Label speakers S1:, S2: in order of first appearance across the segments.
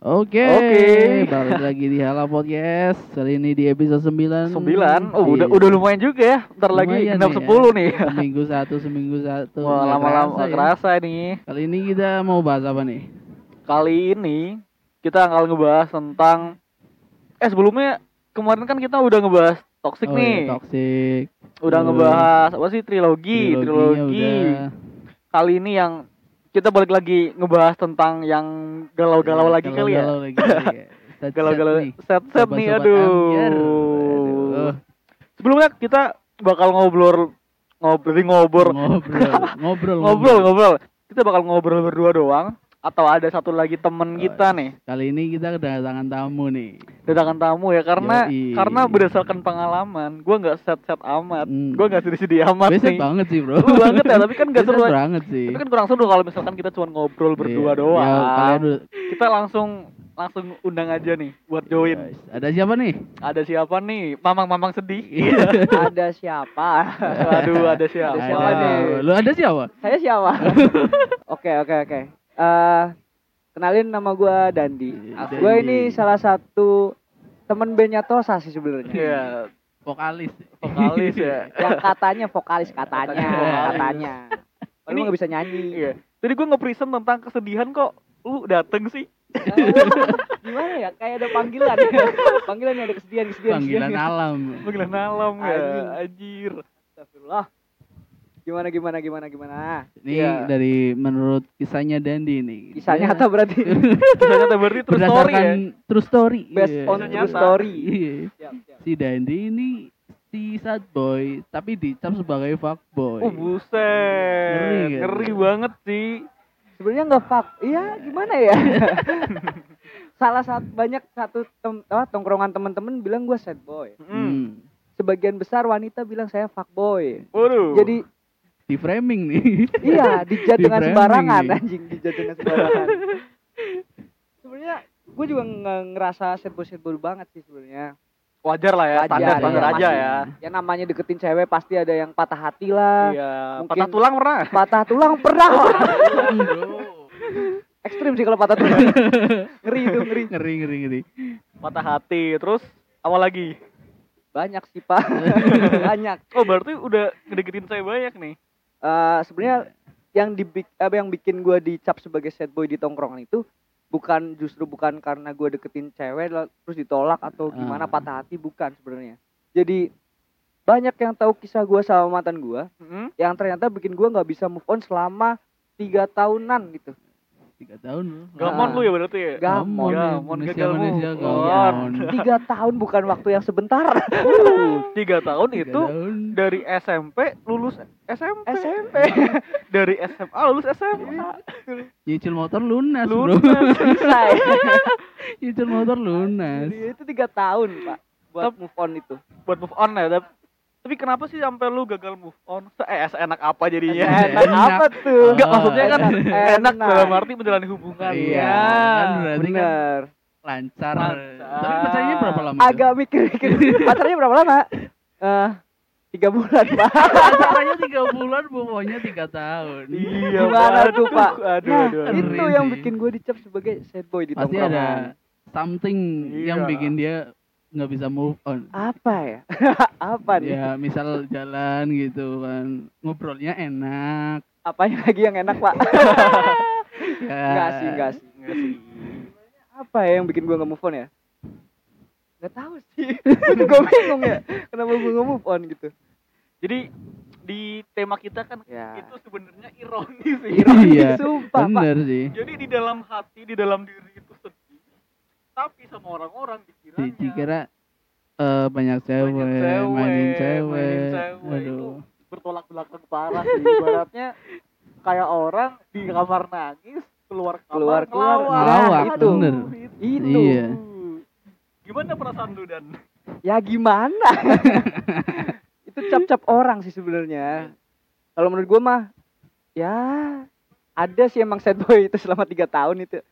S1: Oke,
S2: Oke.
S1: balik lagi di Hala Podcast. Kali ini di episode 9.
S2: Sembilan, oh, udah
S1: Iya.
S2: udah lumayan juga ya. Ntar lagi
S1: Lumayan
S2: enam
S1: nih ya.
S2: sepuluh nih.
S1: Seminggu satu, seminggu satu.
S2: Wah
S1: Nggak
S2: lama-lama
S1: ya.
S2: kerasa nih.
S1: Kali ini kita mau bahas apa nih?
S2: Kali ini kita bakal ngebahas tentang eh sebelumnya kemarin kan kita udah ngebahas toxic
S1: Oh, iya,
S2: nih.
S1: toxic.
S2: udah
S1: Terus.
S2: ngebahas apa sih trilogi,
S1: Triloginya
S2: trilogi.
S1: udah.
S2: Kali ini yang kita balik lagi ngebahas tentang yang galau-galau lagi kali ya.
S1: Galau-galau lagi kali ya. Set-set
S2: Galau-galau
S1: nih.
S2: set-set nih
S1: Sobat-sobat
S2: aduh.
S1: ambiar. Aduh.
S2: Sebelumnya kita bakal ngobrol ngobrol ngobrol
S1: Ngobrol, ngobrol,
S2: ngobrol ngobrol kita bakal ngobrol berdua doang atau ada satu lagi temen
S1: Oh,
S2: kita nih
S1: Kali ini kita kedatangan tamu nih.
S2: datangkan tamu ya karena
S1: Yoi.
S2: karena berdasarkan pengalaman gua nggak set set amat
S1: Hmm.
S2: gua nggak sedih sedih amat
S1: Beset
S2: nih
S1: banget sih, Bro.
S2: Lu banget ya, tapi kan nggak
S1: Beset
S2: seru aja.
S1: banget sih.
S2: tapi kan kurang seru kalau misalkan kita cuma ngobrol berdua
S1: Iya.
S2: doang
S1: Ya, kalian udah-
S2: kita langsung langsung undang aja nih buat join
S1: Guys, Ada siapa nih?
S2: ada siapa nih mamang mamang sedih
S1: Iya.
S3: ada siapa?
S2: aduh ada siapa
S3: Ada siapa
S2: nih
S3: nih?
S1: Lu ada siapa?
S3: Saya siapa? Oke, oke, oke. Eh, kenalin nama gua Dandi.
S1: Dandi.
S2: Iya,
S3: Gua ini salah satu temen bandnya Tosa sih sebenarnya.
S2: Iya,
S1: Vokalis.
S2: vokalis ya
S3: Yang katanya vokalis
S2: Katanya
S3: katanya,
S2: vokalis.
S3: katanya. Padahal
S2: Ini-
S3: gua nggak bisa nyanyi.
S2: Iya. Jadi gue nge-present tentang kesedihan kok lu dateng sih.
S3: Eh, gimana ya? Kayak ada panggilan. panggilan yang ada kesedihan, kesedihan.
S1: Panggilan
S3: kesedihan.
S1: alam.
S2: Panggilan alam ya,
S3: Anjing.
S2: anjir.
S3: Astagfirullah. Gimana gimana gimana gimana.
S1: Ini
S2: Iya.
S1: dari menurut kisahnya Dandi nih.
S3: Kisah
S1: Dia
S3: nyata berarti.
S2: Ternyata berarti terus story ya.
S1: berdasarkan true story.
S3: Based
S1: Iya.
S3: on
S2: Kisah
S3: true
S2: nyata.
S3: story.
S1: Iya.
S3: Siap, siap.
S1: Si Dandi ini si sad boy tapi dicap sebagai fuckboy.
S2: Oh buset,
S1: iya. Ngeri kan?
S2: ngeri banget sih.
S3: sebenarnya nggak fuck iya gimana ya salah satu banyak satu tem, apa, tongkrongan teman-teman bilang gue sad boy
S2: Mm.
S1: Hmm.
S3: sebagian besar wanita bilang saya fuck boy
S2: Waduh.
S3: jadi
S1: Di framing nih.
S3: iya dijat
S1: Di
S3: dengan
S1: framing
S3: sembarangan
S1: nih.
S3: anjing dijat dengan sembarangan sebenarnya gue juga nggak ngerasa sad boy sad boy banget sih sebenarnya
S2: wajar lah ya,
S3: Wajar,
S2: standar
S3: iya,
S2: standar aja
S1: pasti.
S2: ya.
S3: ya namanya deketin cewek pasti ada yang patah hati
S1: Ya,
S3: lah
S2: Iya,
S3: mungkin-
S2: patah tulang pernah.
S3: patah tulang pernah
S1: Bro.
S3: ekstrim sih kalau patah tulang ngeri itu ngeri
S1: ngeri ngeri ngeri.
S2: Patah hati, terus apa lagi?
S3: banyak sih pak banyak
S2: Oh berarti udah ngedeketin saya banyak nih.
S3: Eh, sebenarnya yang dibik apa yang bikin gue dicap sebagai sad boy di tongkrongan itu bukan justru bukan karena gue deketin cewek la- terus ditolak atau
S1: Ah.
S3: gimana patah hati bukan sebenarnya jadi banyak yang tahu kisah gue sama mantan gue
S2: Mm.
S3: yang ternyata bikin gue nggak bisa move on selama tiga tahunan gitu
S1: Tiga tahun lu.
S2: Gamon
S3: Ah.
S2: lu ya berarti ya.
S3: Gamon.
S2: Gamon,
S1: Indonesia
S2: gagal
S1: Indonesia
S2: move on.
S1: gamon.
S3: tiga tahun bukan waktu yang sebentar
S2: Tiga tahun
S1: Tiga
S2: itu
S1: tahun.
S2: dari SMP lulus SMP.
S3: SMP
S2: dari SMA lulus SMA.
S1: Nyicil motor lunas,
S2: Lunas.
S1: bro.
S3: selesai
S1: Nyicil motor lunas.
S3: Jadi itu tiga tahun pak buat
S2: Tep-
S3: move on itu
S2: buat move on ya tapi, tapi kenapa sih sampai lu gagal move on se eh, seenak apa jadinya
S3: enak, apa tuh
S2: enggak
S1: Oh,
S2: maksudnya kan
S3: enak.
S2: enak dalam arti menjalani hubungan
S1: Iya.
S2: ya
S1: Kan berarti kan
S3: bener
S1: lancar.
S2: Lancar.
S1: Tapi pacarnya berapa lama? itu?
S3: agak mikir-mikir pacarnya berapa lama Eh, tiga bulan pak
S1: Pacarnya tiga bulan, pokoknya tiga tahun.
S2: iya
S3: Gimana
S2: waduh,
S3: tuh, Pak?
S2: aduh
S3: nah,
S2: aduh, aduh.
S3: itu
S1: Ngeri
S3: yang
S1: sih.
S3: bikin gue dicap sebagai sad boy di
S1: Pasti
S3: tongkrongan.
S1: ada something
S2: Iya.
S1: yang bikin dia nggak bisa move on.
S3: apa ya apa
S2: Iya.
S3: nih
S1: Ya, misal jalan gitu kan, ngobrolnya enak.
S3: apanya lagi yang enak pak
S2: Iya.
S1: Ya.
S3: enggak sih enggak sih
S2: Nggak sih.
S3: apa ya yang bikin gue nggak move on ya nggak tahu sih gue bingung ya kenapa gue nggak move on gitu
S2: jadi di tema kita kan
S3: ya
S2: itu sebenarnya ironis sih
S1: Iya,
S3: sumpah pak
S1: Bener sih.
S2: jadi di dalam hati di dalam diri itu sedih tapi sama orang-orang dikiranya
S1: Dikira eh banyak cewek,
S2: Banyak cewek,
S1: mainin
S2: mainin
S1: cewek. Oh,
S2: cewek. Itu
S3: Nah,
S1: Aduh.
S2: bertolak belakang parah sih ibaratnya kayak orang di kamar nangis keluar kamar
S3: Keluar, keluar,
S1: ngelawak,
S2: itu
S1: bener.
S3: itu
S1: Iya.
S2: gimana perasaan lu dan
S3: ya gimana itu cap-cap orang sih sebenarnya kalau menurut gua mah ya ada sih emang sad boy itu selama tiga tahun itu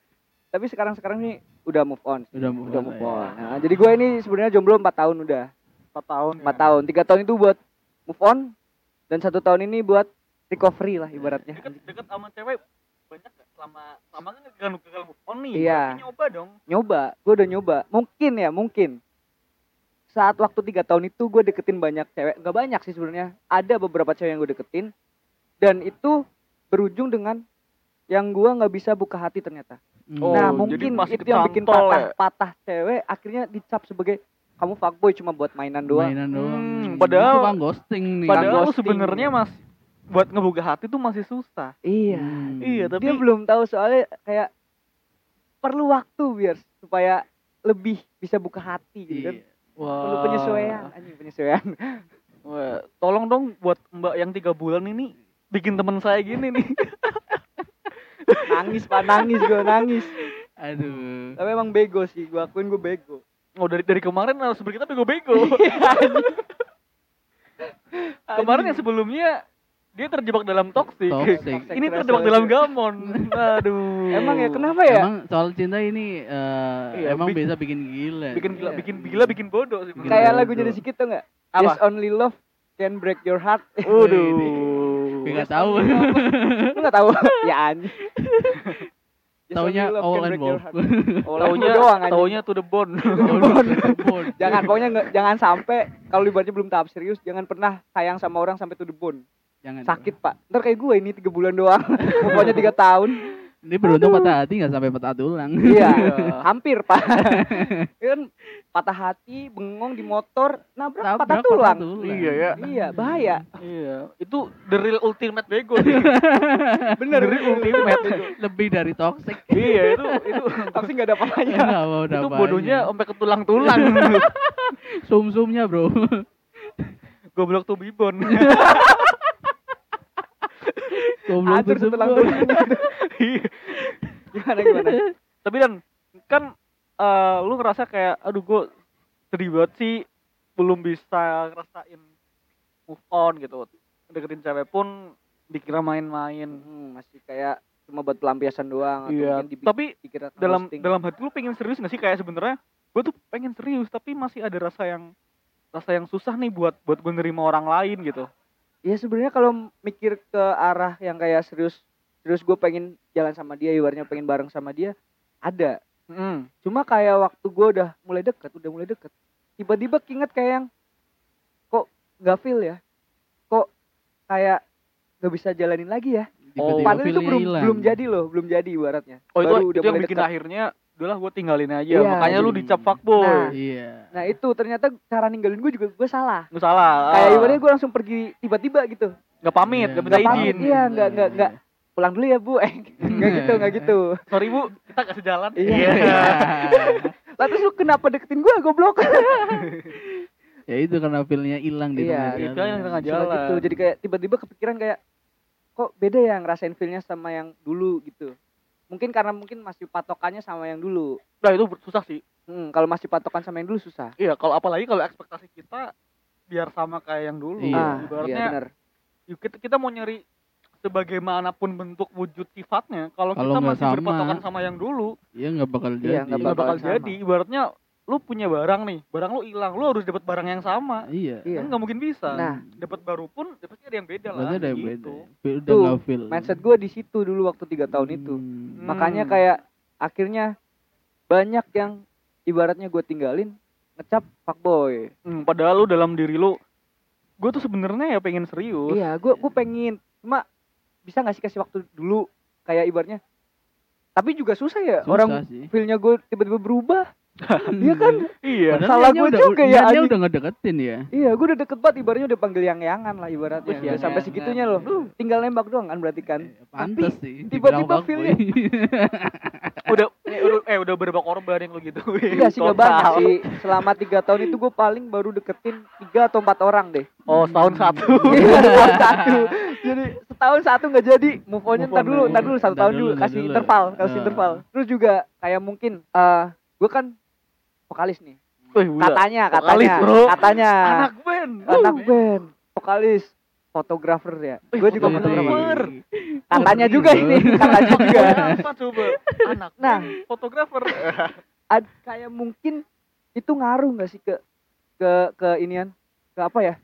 S3: tapi sekarang sekarang nih udah move on
S1: Udah move
S3: udah
S1: on
S3: move
S1: lah ya.
S3: on Nah, jadi gua ini sebenarnya jomblo empat tahun udah
S2: empat tahun
S3: empat
S1: Ya.
S3: tahun tiga tahun itu buat move on dan satu tahun ini buat recovery lah ibaratnya
S2: deket deket sama cewek banyak gak selama selama kan gagal gagal move on nih.
S3: Iya.
S2: berarti Nyoba dong.
S3: nyoba gue udah nyoba mungkin ya mungkin saat waktu tiga tahun itu gue deketin banyak cewek nggak banyak sih sebenarnya ada beberapa cewek yang gue deketin dan itu berujung dengan yang gue nggak bisa buka hati ternyata
S2: Oh,
S3: nah
S2: jadi
S3: mungkin
S2: masih
S3: itu yang bikin
S2: kecantol
S3: patah
S2: ya?
S3: patah cewek akhirnya dicap sebagai kamu fuckboy cuma buat mainan doang
S1: mainan doang.
S2: Hmm,
S1: Ini
S2: padahal-
S1: tukang ghosting nih.
S2: Padahal lu
S3: ghosting.
S2: sebenarnya mas buat ngebuka hati tuh masih susah.
S3: iya
S1: Hmm.
S2: Iya, tapi
S3: dia belum tahu soalnya kayak perlu waktu biar supaya lebih bisa buka hati gitu kan
S1: Iya.
S2: Wah.
S3: perlu penyesuaian
S2: Ah.
S3: anjing penyesuaian
S2: Wah, tolong dong buat Mbak yang tiga bulan ini bikin teman saya gini nih.
S3: nangis pak nangis gue nangis
S1: Aduh.
S3: tapi emang bego sih gue akuin gue bego
S2: Oh dari dari kemarin narasumber kita bego-bego.
S1: Iya,
S2: kemarin yang sebelumnya dia terjebak dalam toksik.
S1: Toxic.
S2: Ini terjebak dalam gamon. Aduh.
S3: emang ya kenapa ya
S1: Emang soal cinta ini eh,
S2: Iya,
S1: emang
S2: bik-
S1: bisa bikin gila.
S2: bikin gila,
S3: Iya.
S2: bikin gila, bikin bodoh sih.
S1: Bikin
S3: kayak
S1: Gitu.
S3: lagu jadi sikit tuh nggak
S2: Apa?
S3: yes only love can break your heart
S2: Waduh.
S1: Gue nggak tahu.
S3: Iya, lu nggak tahu ya anjing Yes,
S1: Taunya
S3: only love
S1: all
S3: can
S1: and
S3: break your
S1: wolf.
S3: heart. All and
S2: Taunya
S3: Wolf doang anjing.
S2: taunya to the bone.
S1: Bone.
S3: jangan pokoknya nggak- jangan sampai kalau libatnya belum tahap serius jangan pernah sayang sama orang sampai to the bone
S1: Jangan.
S3: sakit pak ntar kayak gue ini tiga bulan doang pokoknya tiga tahun
S1: Ini beruntung patah hati nggak sampai patah tulang.
S3: iya hampir pak Iya kan patah hati bengong di motor nabrak,
S1: Tabrak
S3: patah tulang
S2: Iya, ya.
S3: iya bahaya
S2: Iya, itu the real ultimate bego sih.
S3: bener
S2: The real ultimate.
S1: Lebih dari toxic.
S2: iya, itu itu
S3: tapi nggak ada apa-apanya
S1: Nggak mau
S2: itu
S1: namanya.
S2: bodohnya sampai ke tulang-tulang.
S1: sum-sumnya, Bro.
S2: Goblok tuh bibon.
S1: Goblok
S3: hancur
S1: sum-sum
S3: setelah
S1: gua.
S3: tulang
S2: Iya.
S3: gimana gimana
S2: Tapi dan kan eh, lu ngerasa kayak aduh gue sedih banget sih belum bisa ngerasain move on gitu. Deketin cewek pun dikira main-main.
S3: Hmm, masih kayak cuma buat pelampiasan doang atau
S2: Iya,
S3: mungkin dibi-
S2: tapi
S3: dikira
S2: dalam
S3: ghosting.
S2: dalam hati lu pengen serius gak sih kayak sebenarnya gue tuh pengen serius tapi masih ada rasa yang rasa yang susah nih buat buat gue nerima orang lain gitu
S3: ya sebenarnya kalau mikir ke arah yang kayak serius serius gue pengen jalan sama dia ibaratnya pengen bareng sama dia ada
S2: Mm.
S3: cuma kayak waktu gue udah mulai deket udah mulai deket tiba-tiba keinget kayak yang kok nggak feel ya kok kayak nggak bisa jalanin lagi ya
S1: Tiba-tiba
S3: padahal itu
S1: feelnya
S3: belum
S1: hilang.
S3: belum jadi loh belum jadi ibaratnya
S2: Iya, oh itu,
S3: Baru
S2: itu
S3: udah
S2: yang
S3: mulai
S2: bikin
S3: deket.
S2: akhirnya udahlah gue tinggalin aja
S3: Iya,
S2: makanya lu
S1: hmm.
S2: dicap fuckboy
S3: Nah.
S1: Iya.
S3: nah itu ternyata cara ninggalin gue juga gue salah
S2: Nggak salah
S3: kayak
S2: ah.
S3: ibaratnya gue langsung pergi tiba-tiba gitu
S2: nggak
S1: Iya,
S2: pamit nggak minta
S3: nggak pamit,
S2: izin
S3: iya. nggak- nggak- nggak. pulang dulu ya bu eh nggak gitu nggak gitu
S2: sorry bu kita nggak sejalan
S3: Iya.
S1: Iya.
S3: lah terus lu kenapa deketin gue goblok
S1: ya itu karena feelnya hilang di tengah
S3: Iya,
S2: itu yang di tengah
S3: Cuma
S2: jalan.
S3: gitu jadi kayak tiba-tiba kepikiran kayak kok beda ya ngerasain feelnya sama yang dulu gitu mungkin karena mungkin masih patokannya sama yang dulu
S2: nah itu susah sih
S3: hmm, kalau masih patokan sama yang dulu susah
S2: iya kalau apalagi kalau ekspektasi kita biar sama kayak yang dulu
S1: Iya.
S3: Ah,
S2: ibaratnya
S3: iya bener.
S2: yuk, kita, kita mau nyari sebagaimanapun bentuk wujud sifatnya kalau
S1: Kalau
S2: kita
S1: nggak
S2: masih
S1: sama.
S2: berpatokan sama yang dulu
S1: Iya nggak bakal
S3: Iya,
S1: jadi.
S3: nggak
S2: nggak bakal
S3: bakal sama.
S2: jadi ibaratnya lu punya barang nih barang lu hilang lu harus dapat barang yang sama
S1: Iya.
S3: Iya.
S2: kan nggak mungkin bisa
S3: Nah.
S2: dapat baru pun dapatnya ada yang beda lah
S1: Berarti ada yang beda.
S2: gitu.
S1: Feel Udah
S3: Tuh,
S1: nggak feel.
S3: mindset gue di situ dulu waktu tiga tahun itu Nah,
S1: Hmm.
S3: makanya
S2: Hmm.
S3: kayak akhirnya banyak yang ibaratnya gue tinggalin ngecap fuckboy
S2: Hmm, padahal lu dalam diri lu gue tuh sebenarnya ya pengen serius
S3: Iya, gue gue pengen cuma bisa nggak sih kasih waktu dulu kayak ibarnya. Tapi juga susah ya
S1: Susah
S3: orang
S1: sih.
S3: feelnya gue tiba-tiba berubah. Iya kan?
S2: iya
S1: Padahal
S3: salah
S1: niatnya
S3: gua
S1: udah-
S3: juga ya,
S1: niatnya
S3: anjing.
S1: udah ngedeketin ya.
S3: Iya, gue udah deket banget ibarnya udah panggil yang yangan lah ibaratnya.
S1: Oh,
S2: Wih,
S3: Udah sampai
S1: yang-yangan.
S3: segitunya loh. Tinggal nembak doang kan berarti kan.
S1: iya, Eh, Pantes sih. dibilang
S3: tiba-tiba feelnya-
S1: fuckboy.
S2: udah eh, udah- eh udah berapa korban yang lu gitu
S3: Iya sih
S2: Total.
S3: gak banyak sih. Selama tiga tahun itu gue paling baru deketin tiga atau empat orang deh.
S2: oh setahun satu
S3: Iya, setahun satu. Jadi setahun satu nggak jadi. Move on
S2: Move
S3: ntar
S2: on
S3: dulu,
S2: dulu.
S3: ntar dulu satu
S1: Ntar
S3: tahun
S1: dulu,
S3: dulu.
S1: ntar
S3: Kasih
S1: dulu.
S3: interval, kasih
S1: Ah.
S3: interval. Terus juga kayak mungkin eh gue kan vokalis nih.
S2: Wih, gila.
S3: Katanya,
S2: Vokalis,
S3: katanya,
S2: bro.
S3: katanya.
S2: anak band
S3: anak band, vokalis, fotografer ya.
S2: Wih,
S3: Gue juga
S2: Iya,
S3: fotografer.
S2: fotografer.
S3: Katanya
S1: Ngeri,
S3: juga
S1: bro.
S3: ini, katanya juga.
S2: apa coba anak
S3: Nah.
S2: nah fotografer
S3: Ad- kayak mungkin itu ngaruh nggak sih ke ke ke inian, ke apa ya?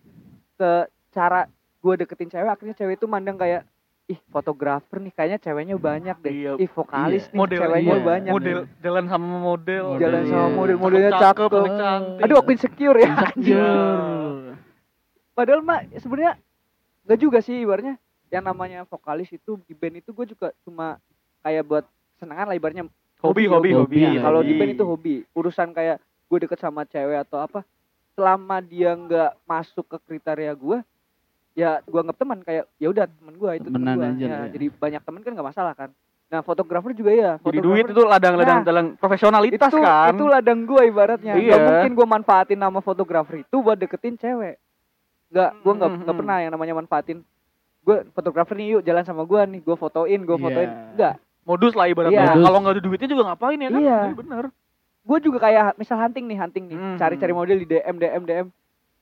S3: Ke cara gue deketin cewek, akhirnya cewek itu mandang kayak ih fotografer nih kayaknya ceweknya banyak deh
S2: Iya.
S3: ih vokalis nih
S2: model
S3: ceweknya
S1: iya.
S3: banyak
S2: model jalan sama model
S1: Model,
S3: jalan sama
S1: iya.
S3: model modelnya cakep,
S2: anak cantik.
S3: aduh aku insecure ya
S1: Insecure.
S3: padahal mah sebenarnya nggak juga sih ibarnya yang namanya vokalis itu di band itu gue juga cuma kayak buat senangan lah ibarnya
S2: hobi hobi hobi,
S1: Hobi,
S3: Nah, kalau
S2: iya.
S3: di
S1: hobi.
S3: band itu hobi urusan kayak gue deket sama cewek atau apa selama dia nggak masuk ke kriteria gue ya gue anggap teman kayak ya udah teman gue itu teman
S1: Temenan aja
S3: gue Ya,
S1: lah ya.
S3: jadi banyak teman kan nggak masalah kan nah fotografer juga ya
S2: jadi
S3: fotografer
S2: duit itu ladang-ladang
S3: Nah,
S2: ladang profesionalitas
S3: itu,
S2: kan
S3: itu ladang gue ibaratnya
S2: Iya.
S3: nggak mungkin gue manfaatin nama fotografer itu buat deketin cewek nggak gue nggak
S2: Hmm,
S3: nggak
S2: hmm.
S3: pernah yang namanya manfaatin gue fotografer nih yuk jalan sama gue nih gue fotoin gue fotoin
S1: Iya.
S3: nggak
S2: modus lah
S3: Iya.
S2: ibaratnya
S1: Modus.
S2: kalau nggak ada duitnya juga ngapain ya kan
S3: Iya.
S2: Iya, bener
S3: gue juga kayak misal hunting nih hunting nih
S2: Hmm,
S3: cari-cari
S2: hmm.
S3: model di DM DM DM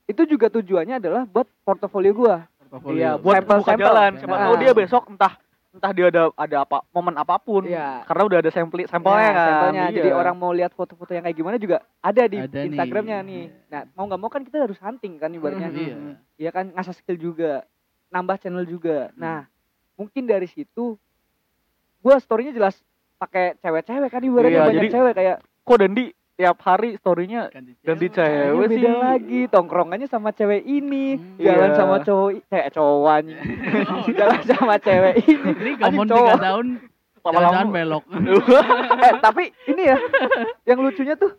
S3: itu juga tujuannya adalah buat portofolio gue
S1: Portfolio.
S3: Iya,
S2: buat
S3: Sampel,
S2: buka
S3: sampel.
S2: jalan siapa
S3: Nah.
S2: tahu dia besok entah entah dia ada ada apa momen apapun
S3: Iya.
S2: karena udah ada sampel sampelnya kan
S3: Nah, sampelnya
S2: Iya.
S3: jadi orang mau lihat foto-foto yang kayak gimana juga ada di
S1: Ada nih.
S3: Instagramnya nih
S2: iya.
S3: nah mau nggak mau kan kita harus hunting kan ibaratnya
S2: Mhm.
S1: Iya.
S3: ya kan ngasah skill juga nambah channel juga
S2: Hmm.
S3: nah mungkin dari situ gue storynya jelas pakai cewek-cewek kan ibaratnya
S2: Iya,
S3: banyak
S2: jadi-
S3: cewek kayak
S2: kok Dandi tiap hari storynya ganti
S3: "Kayaknya
S2: cewek sih
S3: Iya, beda lagi tongkrongannya sama cewek ini
S1: Hmm.
S3: jalan
S2: Iya.
S3: sama cowok i- eh cowok anjing. jalan sama cewek ini
S1: Ini
S3: Anjing,
S1: gamon
S3: cowok.
S1: tiga tahun jalan belok.
S3: eh tapi ini ya yang lucunya tuh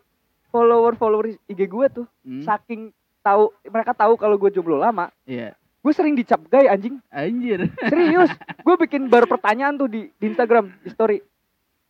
S3: follower follower IG gue tuh
S1: Hmm,
S3: saking tahu mereka tahu kalau gue jomblo lama
S1: Iya.
S3: gue sering dicap gay anjing
S1: Anjir.
S3: serius gue bikin baru pertanyaan tuh di, di Instagram di story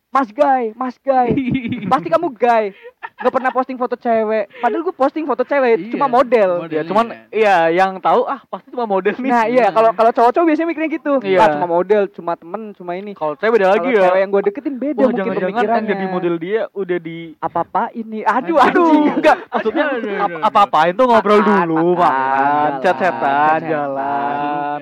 S3: Mas Guy, Mas Guy, pasti kamu gay. Gak pernah posting foto cewek. Padahal gue posting foto cewek,
S1: Iya,
S3: cuma model.
S1: model.
S2: ya cuman iya yang tahu ah pasti cuma model nih
S3: Nah iya, kalau kalau cowok-cowok biasanya mikirnya gitu.
S2: Iya.
S3: Ah, cuma model, cuma temen, cuma ini.
S2: kalau cewek beda lagi
S3: Kalau
S2: ya
S3: cewek yang gue deketin beda
S2: wah
S3: mungkin ya.
S2: jangan-jangan
S3: pemikirannya.
S2: yang jadi model dia udah di
S3: apa apa ini? Aduh,
S1: Aduh.
S3: anjing enggak.
S2: maksudnya
S1: Aduh, aduh, aduh,
S2: apa apain tuh ngobrol
S3: Makan,
S2: dulu
S3: makan,
S2: makan
S3: jalan,
S2: chat-chatan
S3: chat-chatan.
S2: jalan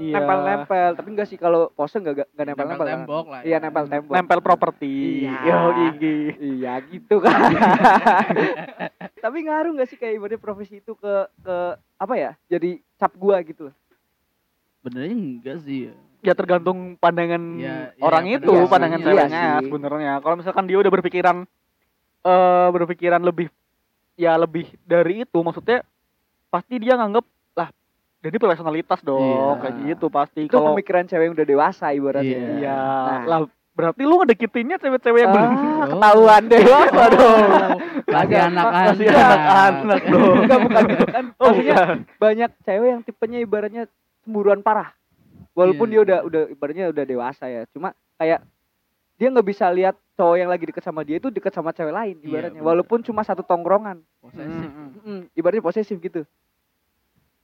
S2: Iya.
S3: Nempel-nempel, tapi enggak sih kalau pose enggak enggak nempel-nempel.
S1: Nempel
S3: kan?
S1: tembok lah.
S3: Iya, nempel tembok.
S2: nempel properti
S3: Iya.
S2: yo gigi
S3: Iya gitu kan. Tapi ngaruh nggak sih kayak ibaratnya profesi itu ke ke apa ya? Jadi cap gua gitu loh.
S1: Benernya enggak sih. ya.
S2: ya tergantung pandangan
S1: Iya, iya,
S2: orang itu
S1: pandangan
S2: pandangan
S1: sih.
S2: ceweknya
S3: Iya sih.
S2: sebenarnya kalau misalkan dia udah berpikiran eh berpikiran lebih ya lebih dari itu maksudnya pasti dia nganggep lah jadi personalitas dong
S1: Iya.
S2: kayak gitu pasti
S3: Itu
S2: kalau
S3: pemikiran cewek yang udah dewasa ibaratnya.
S1: Iya.
S2: ya
S3: Nah.
S2: lah berarti lu ngedeketinnya cewek-cewek yang belum
S1: Oh,
S3: Ah, ketahuan deh.
S2: dewasa dong
S1: Masih
S3: Agak-
S1: anak-anak.
S2: masih anak-anak dong
S3: Enggak bukan gitu kan.
S2: oh
S3: Maksudnya
S2: bukan.
S3: banyak cewek yang tipenya ibaratnya cemburuan parah. Walaupun
S1: Iya.
S3: dia udah udah ibaratnya udah dewasa ya. Cuma kayak dia nggak bisa lihat cowok yang lagi deket sama dia itu deket sama cewek lain
S1: Iya,
S3: ibaratnya.
S1: bener.
S3: Walaupun cuma satu tongkrongan.
S1: Posesif.
S3: Mm, ibaratnya posesif gitu.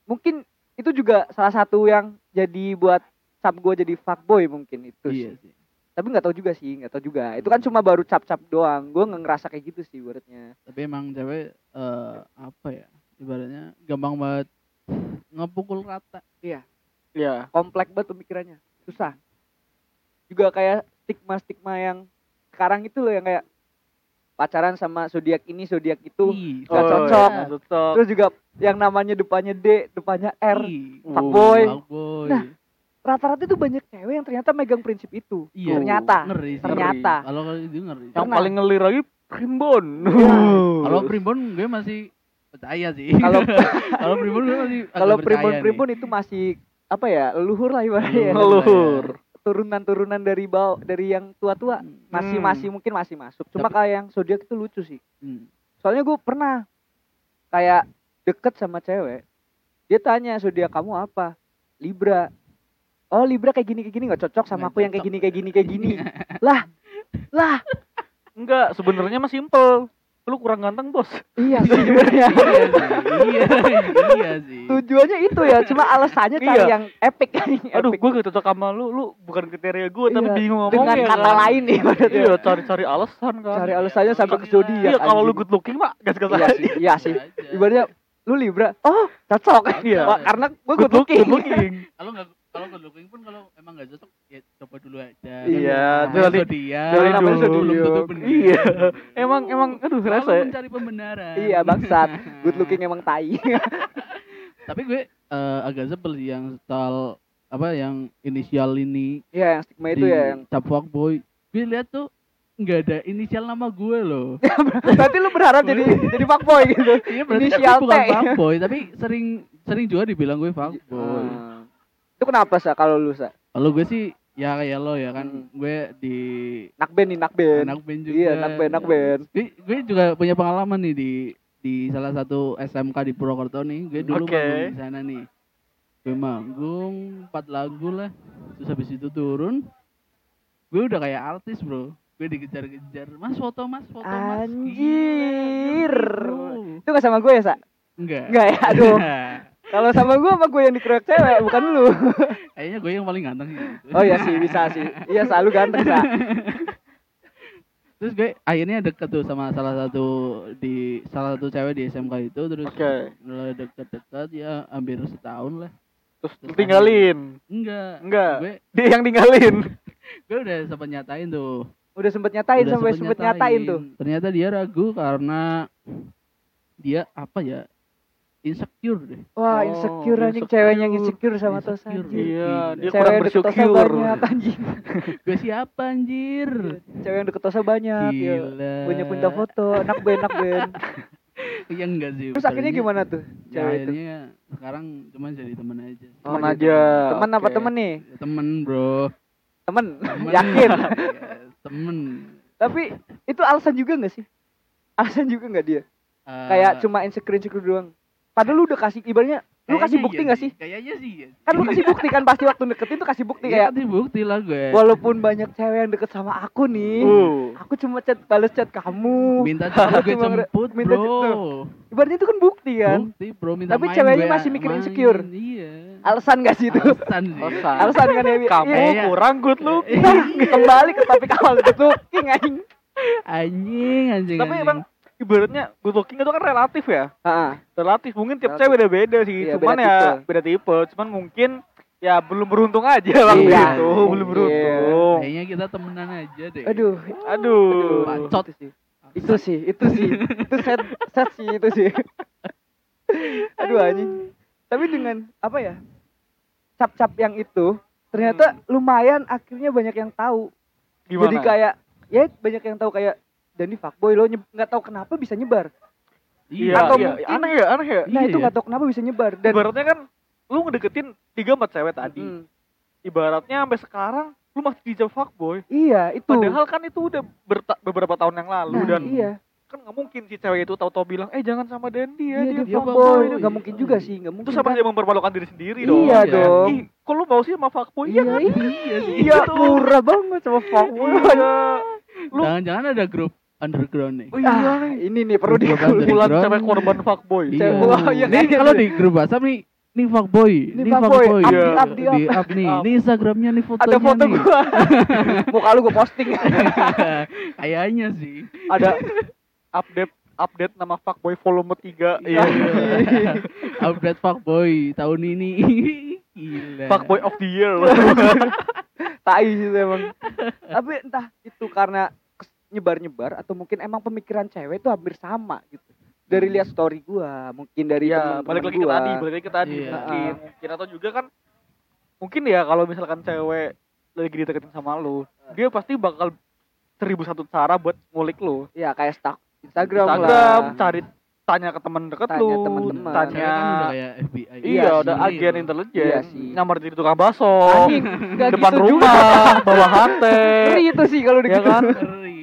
S3: Mungkin itu juga salah satu yang jadi buat cap gue jadi fuckboy mungkin itu
S1: Iya
S3: sih.
S1: sih.
S3: Tapi nggak tahu juga sih, nggak tahu juga. Itu kan cuma baru cap-cap doang. Gue nggak ngerasa kayak gitu sih ibaratnya.
S1: Tapi emang cewek eh, apa ya? Ibaratnya gampang banget ngepukul rata.
S2: Iya.
S3: Komplek banget pemikirannya, susah. Juga kayak stigma-stigma yang sekarang itu loh yang kayak pacaran sama zodiak ini zodiak itu
S1: Ih,
S3: Nggak
S2: Oh,
S3: cocok.
S2: iya, cocok
S3: terus juga yang namanya depannya D depannya R
S1: ih,
S3: fuckboy.
S1: fuckboy.
S3: Nah, rata-rata itu banyak cewek yang ternyata megang prinsip itu
S1: Iya.
S3: ternyata
S1: ngeri sih.
S3: ternyata
S1: Kalau kalau itu ngeri.
S2: yang
S3: Pernah.
S2: paling ngelir lagi primbon
S3: Iya,
S1: Kalau primbon gue masih percaya sih.
S3: kalau
S1: kalau primbon gue masih agak
S3: kalau
S1: percaya nih.
S3: primbon-primbon itu masih apa ya leluhur lah ibaratnya ya.
S1: Leluhur.
S2: ngelur
S3: turunan-turunan dari bawah dari yang tua-tua masih
S2: Hmm.
S3: masih mungkin masih masuk cuma
S1: Tapi-
S3: kayak yang zodiak itu lucu sih
S1: Hmm.
S3: soalnya gue pernah kayak deket sama cewek dia tanya zodiak kamu apa libra oh libra kayak gini kayak gini nggak cocok
S1: Nggak
S3: sama aku yang kayak
S1: cocok.
S3: gini kayak gini kayak gini lah lah
S2: Enggak, sebenarnya mah simple. Lu kurang ganteng, Bos.
S3: iya sih sebenarnya
S1: iya sih. Iya, iya sih.
S3: tujuannya itu ya cuma alasannya cari
S2: Iya.
S3: yang epic kan
S2: Aduh, gue gak cocok sama lu. Lu bukan kriteria gue, tapi
S3: Iya,
S2: bingung ngomongnya.
S3: dengan kata
S2: kan.
S3: lain nih ibaratnya.
S2: Iya, cari-cari alasan kan.
S3: cari alasannya sampai ke zodiak
S2: Iya, kalau lu
S3: anjing.
S2: good looking mah gas-gas
S3: iya
S2: aja.
S3: sih iya sih ibaratnya lu libra oh cocok
S2: Iya.
S3: Wah, karena gue
S2: Good
S3: good
S2: look-
S3: looking
S2: good looking.
S1: Kalau nggak kalau good looking pun kalau emang nggak cocok ya coba dulu aja.
S2: Iya,
S1: Kan,
S2: jadi
S1: dia.
S2: jalanin
S1: belum
S2: dulu.
S1: tentu bener.
S2: Iya. Emang emang
S3: Oh.
S2: aduh
S1: Selalu
S2: rasa ya.
S1: mencari pembenaran.
S3: iya bangsat good looking emang tai Iya,
S1: Tapi gue eh, agak sebel sih yang soal apa yang inisial ini
S3: Iya, yang stigma itu ya yang
S1: Cap Fuck boy gue lihat tuh nggak ada inisial nama gue loh
S3: berarti lu berharap jadi jadi fuckboy gitu.
S1: iya berarti
S3: Inisial
S1: aku bukan
S3: T.
S1: fuckboy tapi sering sering juga dibilang gue fuckboy
S3: Ah. Itu kenapa sa kalau lu sa?
S1: kalau gue sih ya kayak lo ya kan
S3: Hmm.
S1: gue di
S3: Nakben nih nakben.
S1: anak band Ah, juga
S3: Iya, anak band, anak band.
S1: gue, gue juga punya pengalaman nih di di salah satu SMK di Purwokerto nih gue dulu
S2: Oke.
S1: manggung di sana nih gue manggung empat lagu lah terus habis itu turun gue udah kayak artis bro gue dikejar-kejar mas foto mas foto gitu. mas
S3: Anjir.
S1: Bro.
S3: Itu gak sama gue ya sa?
S1: enggak
S3: Enggak ya, aduh. Kalau sama gue sama gue yang dikeroyok cewek, bukan lu.
S1: kayaknya gue yang paling ganteng gitu.
S3: Oh iya sih, bisa sih. Iya, selalu ganteng, Sa.
S1: terus gue akhirnya deket tuh sama salah satu di salah satu cewek di SMK itu terus
S2: Oke.
S1: mulai deket-deket ya hampir setahun lah
S2: terus lu tinggalin
S1: enggak
S2: Enggak.
S1: gue
S2: dia yang tinggalin
S1: gue udah sempat nyatain tuh
S3: Udah sempet nyatain
S1: Udah
S3: sampai sempet nyatain tuh.
S1: ternyata dia ragu karena dia apa ya insecure deh
S2: Oh,
S3: Wah, insecure anjing
S1: insecure.
S3: ceweknya yang insecure sama
S1: Insecure.
S3: Tos anjing.
S2: iya
S1: Cewek
S2: dia kurang
S3: Cewek deket Tosa
S2: bersyukur
S3: banyak anjing.
S1: gue siapa anjir
S3: Hmm. Cewek yang deket Tosa banyak ya.
S1: Iya. Gila.
S3: Punya punya foto, enak ben, enak ben.
S1: iya enggak sih
S3: Terus akhirnya gimana tuh?
S1: ya,
S3: Cewek itu.
S1: akhirnya sekarang cuman jadi temen aja
S2: teman
S3: Oh,
S2: aja
S3: Temen apa
S2: Oke.
S3: temen nih?
S1: temen bro
S3: Temen.
S1: Temen.
S3: Yakin.
S1: Iya, temen
S3: Tapi itu alasan juga gak sih? Alasan juga gak dia?
S1: Eh,
S3: Kayak cuma insecure insecure doang. Padahal lu udah kasih ibarnya lu
S1: kayaknya
S3: kasih
S1: iya
S3: bukti gak sih?
S1: kayaknya sih iya
S3: Kan lu kasih bukti kan pasti waktu deketin tuh kasih bukti
S1: Iya,
S3: kayak
S1: kasih bukti lah gue
S3: walaupun banyak cewek yang deket sama aku nih.
S2: uh
S3: Aku cuma chat balas chat kamu.
S1: minta jemput gue
S3: Cuma nge-
S1: jemput
S3: minta
S1: bro
S3: jemput. Ibaratnya itu kan bukti kan.
S1: bukti bro minta
S3: Tapi
S1: main
S3: ceweknya
S1: gue
S3: masih mikir
S1: main.
S3: insecure.
S1: iya
S3: Alasan gak sih itu?
S1: alasan sih
S2: Alasan.
S3: Alasan kan ya. Wi?
S2: kamu
S3: Iya.
S1: Iya.
S2: kurang good look
S3: Kembali ke topik awal good looking anjing.
S1: anjing anjing
S2: tapi
S1: anjing.
S2: emang ibaratnya good looking itu kan relatif ya
S3: Heeh.
S2: relatif mungkin tiap
S3: Relatif.
S2: cewek beda beda sih
S3: Iya,
S2: cuman
S3: beda
S2: ya
S3: tipe.
S2: beda tipe cuman mungkin ya belum beruntung aja waktu
S1: Iya.
S2: itu belum
S3: Iya.
S2: beruntung
S1: kayaknya kita temenan aja deh
S3: Aduh.
S2: aduh
S1: Aduh.
S3: Itu sih. Itu sih, itu sih. Itu set set sih itu sih. Aduh anjing. Tapi dengan apa ya? Cap-cap yang itu ternyata lumayan akhirnya banyak yang tahu.
S2: gimana
S3: Jadi kayak ya banyak yang tahu kayak Dani fuckboy lo nyeb- nggak tahu kenapa bisa nyebar.
S2: iya,
S3: atau
S2: iya.
S3: mungkin-
S2: aneh ya aneh ya
S3: Nah,
S1: Iya,
S3: itu
S1: ya.
S3: nggak tahu kenapa bisa nyebar dan
S2: ibaratnya kan lu ngedeketin tiga empat cewek tadi
S3: Hmm,
S2: ibaratnya sampai sekarang lu masih dijawab fuckboy
S3: iya, itu.
S2: padahal kan itu udah berta- beberapa tahun yang lalu
S3: nah,
S2: dan
S3: iya,
S2: kan nggak mungkin si cewek itu tahu-tahu bilang eh jangan sama Dendi
S3: iya,
S2: ya
S3: dia,
S2: dia,
S1: fuckboy.
S3: fuckboy. Iya.
S2: fuckboy
S3: Nggak mungkin juga sih, nggak
S2: itu
S3: mungkin.
S2: sama
S3: kan.
S2: dia mempermalukan diri sendiri
S3: Iya
S2: dong
S1: Iya.
S3: dong.
S2: Ih, kok lu mau sih sama fuckboy
S3: Iya,
S2: ya kan?
S3: iya,
S1: sih.
S3: Iya,
S2: Betul.
S3: murah banget sama fuckboy.
S2: Iya. Lu-
S1: jangan-jangan ada grup underground nih
S2: Oh iya
S3: Ah, ini nih perlu
S1: Grup
S3: di
S1: WhatsApp dari
S2: kumpulan
S1: Ground.
S2: cewek korban fuckboy.
S1: Iya.
S3: Wah, iya
S1: Nih,
S3: kayaknya
S1: kalau
S3: tuh.
S1: di grup WhatsApp nih, nih fuckboy,
S3: Nih fuckboy,
S2: up,
S1: Iya.
S2: up,
S3: di
S1: di,
S3: up.
S1: up nih.
S2: Up.
S1: Ini Instagramnya nih fotonya
S3: ada foto
S1: nih.
S3: gua. Muka lu gua posting.
S1: Kayaknya sih.
S2: Ada update update nama fuckboy volume 3. Iya.
S1: Update fuckboy tahun ini. Gila.
S3: Iya.
S2: Fuckboy of the year.
S3: Tai sih itu emang. Tapi entah itu karena kes- nyebar-nyebar atau mungkin emang pemikiran cewek itu hampir sama gitu. Dari lihat story gua, mungkin
S2: Hmm.
S3: dari
S2: Iya,
S3: teman-teman
S2: balik lagi ke
S3: gua.
S2: tadi, balik lagi ke tadi
S1: Iya.
S2: mungkin. Mungkin atau juga kan mungkin ya kalau misalkan cewek lagi dideketin sama lu, dia pasti bakal seribu satu cara buat ngulik lu.
S3: Iya, kayak stalk Instagram,
S2: Instagram,
S3: lah.
S2: cari tanya ke teman deket
S3: Tanya
S2: lu,
S3: teman-teman.
S1: Cewek
S2: tanya
S1: kan udah kayak FBI.
S2: Iya,
S3: Iya
S2: udah
S3: sih.
S2: agen
S3: Iya
S2: intelijen.
S3: sih.
S2: Nyamar jadi tukang bakso.
S3: Anjing, nggak
S2: depan
S3: gitu
S2: rumah,
S3: juga.
S2: bawa HP,
S3: Ngeri itu sih kalau
S2: ya
S3: dikitu.
S2: kan?
S1: Ngeri.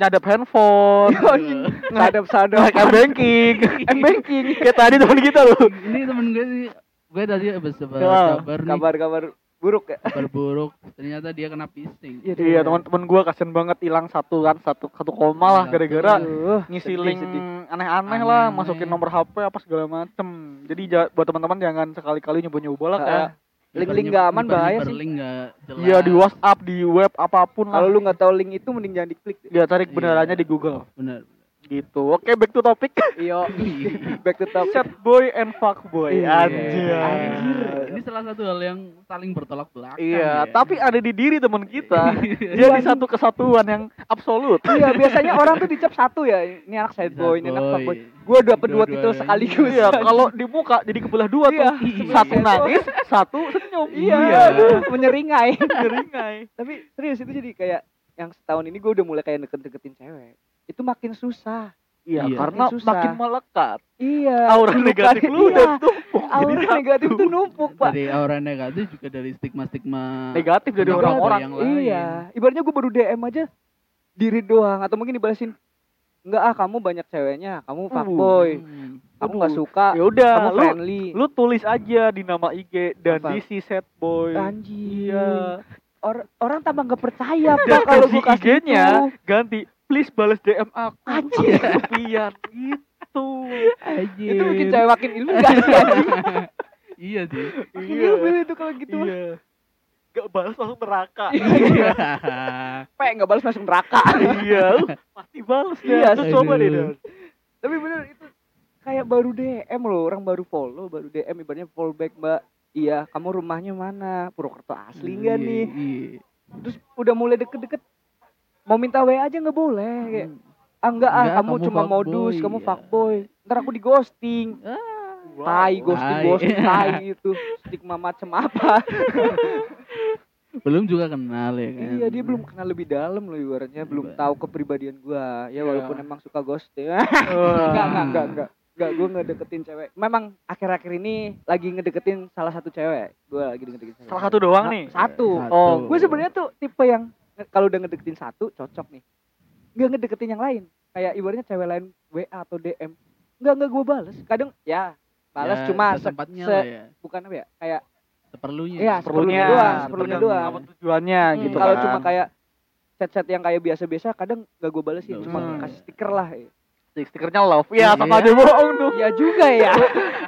S2: Nyadap handphone,
S3: Iya, Eh, anjing. Sadap-sadap.
S2: naik banking, banking. Kayak tadi teman kita loh.
S1: Ini temen gue sih, gue tadi abis dapat
S2: Ya,
S1: kabar nih,
S3: Kabar-kabar buruk ya.
S1: kabar buruk. Ternyata dia kena pisting.
S2: Iya, teman-teman gua kasihan banget hilang satu kan, satu satu koma lah
S1: Iya,
S2: gara-gara
S3: Aduh,
S2: ngisi
S3: sedih,
S2: link
S3: sedih.
S2: aneh-aneh lah,
S1: Aneh-aneh.
S2: masukin nomor HP apa segala macem. Jadi ja- buat teman-teman jangan sekali-kali nyoba-nyoba lah
S3: Ah,
S2: kayak
S3: Link-link nggak aman, bahaya sih.
S1: Link nggak jelas.
S2: iya di WhatsApp, di web apapun lah.
S3: Kalau lu nggak tahu link itu mending jangan diklik.
S2: dia tarik
S1: Iya.
S2: benerannya di Google.
S1: Benar.
S2: gitu oke back to topic
S3: Iyo, back to top.
S2: set boy and fuck boy
S3: Iya.
S2: anjir
S1: Anjir. Ini salah satu hal yang saling bertolak belakang.
S2: iya
S1: ya.
S2: tapi ada di diri teman kita jadi satu kesatuan yang absolut
S3: Iya, biasanya orang tuh dicap satu ya. Ini anak sad boy, ini anak fuckboy. Gue dapat dua
S1: Dua-duanya.
S3: titel sekaligus.
S2: Iya, kalau dibuka jadi kebelah dua
S1: Iya.
S2: tuh. Satu nangis, satu senyum.
S3: Iya,
S1: Iya.
S3: aduh, menyeringai.
S2: Keringai.
S3: Tapi serius itu jadi kayak yang setahun ini gue udah mulai kayak deket-deketin cewek. Itu makin susah.
S2: Iya,
S1: Iya.
S2: karena
S3: Makin susah.
S2: makin melekat.
S3: Iya.
S2: Aura
S3: Bukan-
S2: negatif lu
S3: iya,
S2: udah tumpuk. jadi
S3: Aura negatif tuh numpuk, Pak.
S1: Dari aura negatif juga dari stigma-stigma
S2: negatif dari
S1: Negatif.
S2: orang-orang.
S1: yang
S3: iya ibaratnya gue baru DM aja diri doang atau mungkin dibalesin enggak ah kamu banyak ceweknya kamu
S2: Uh.
S3: fuckboy
S1: Hmm.
S3: kamu
S2: aduh.
S3: nggak suka
S2: Ya udah,
S3: kamu
S2: lu
S3: friendly
S2: lu tulis aja di nama IG dan
S3: Apa?
S2: di si set boy.
S3: anjir
S2: Iya.
S3: Or- orang tambah nggak percaya pak
S2: Dan
S3: Nah, kalau
S2: versi
S3: gue kasih
S2: IG-nya Iya.
S3: itu.
S2: ganti please balas DM aku.
S3: Anjir.
S2: Aku kesepian gitu.
S1: Anjir.
S3: itu bikin cewek makin ilmu nggak sih anjing?
S1: Iya sih.
S3: Makin
S2: Iya.
S3: ilmu itu kalau gitu mah.
S2: Iya. Gak balas langsung neraka.
S3: Iya.
S1: Iya.
S3: pe nggak balas langsung neraka
S2: iya lu pasti bales
S3: Iya,
S2: ya lu coba deh
S1: aduh.
S2: Dan.
S3: tapi bener itu kayak baru DM loh orang baru follow baru DM ibaratnya follow back mbak iya kamu rumahnya mana Purwokerto asli nggak
S1: Iya,
S3: nih
S1: iya.
S3: terus udah mulai deket-deket mau minta WA aja nggak boleh kayak
S2: Hmm.
S3: ah enggak ah
S1: Enggak,
S3: kamu,
S1: kamu
S3: cuma
S1: fuckboy,
S3: modus kamu
S2: Iya.
S1: ya."
S3: fuckboy ntar aku di ghosting
S1: Hmm.
S3: "Ah."
S2: Wow.
S3: tai ghosting
S1: Tai.
S3: ghosting tai itu stigma macam apa
S1: Belum juga kenal ya kan.
S3: iya dia belum kenal lebih dalam loh ibaratnya belum
S1: Iya.
S3: tahu kepribadian gua
S2: Iya.
S3: ya walaupun emang suka ghosting enggak
S2: Wah.
S3: enggak enggak enggak enggak gue ngedeketin cewek memang akhir-akhir ini lagi ngedeketin salah satu cewek gua lagi ngedeketin cewek.
S2: Salah satu doang
S3: Sa-
S2: nih.
S3: satu
S2: Oh,
S3: gue sebenarnya tuh tipe yang nge- kalau udah ngedeketin satu cocok nih nggak ngedeketin yang lain kayak ibaratnya cewek lain wa atau dm nggak nggak gue bales kadang ya balas
S1: Ya,
S3: cuma se,
S1: sesempatnya
S3: se-
S1: lah ya.
S3: bukan apa ya kayak
S1: Seperlunya.
S3: Iya,
S2: Perlunya
S3: seperlunya doang,
S1: seperlunya
S3: seperlunya
S1: doang.
S3: doang.
S2: Apa tujuannya
S3: hmm,
S2: gitu
S3: kalau
S2: kan.
S3: cuma kayak chat-chat yang kayak biasa-biasa kadang nggak gue balesin
S1: Nggak
S3: cuma
S2: usah.
S3: kasih stiker lah ya.
S2: Stik- stikernya love. Iya, sama
S3: Iya.
S1: Ya,
S2: aja bohong tuh.
S3: Iya juga ya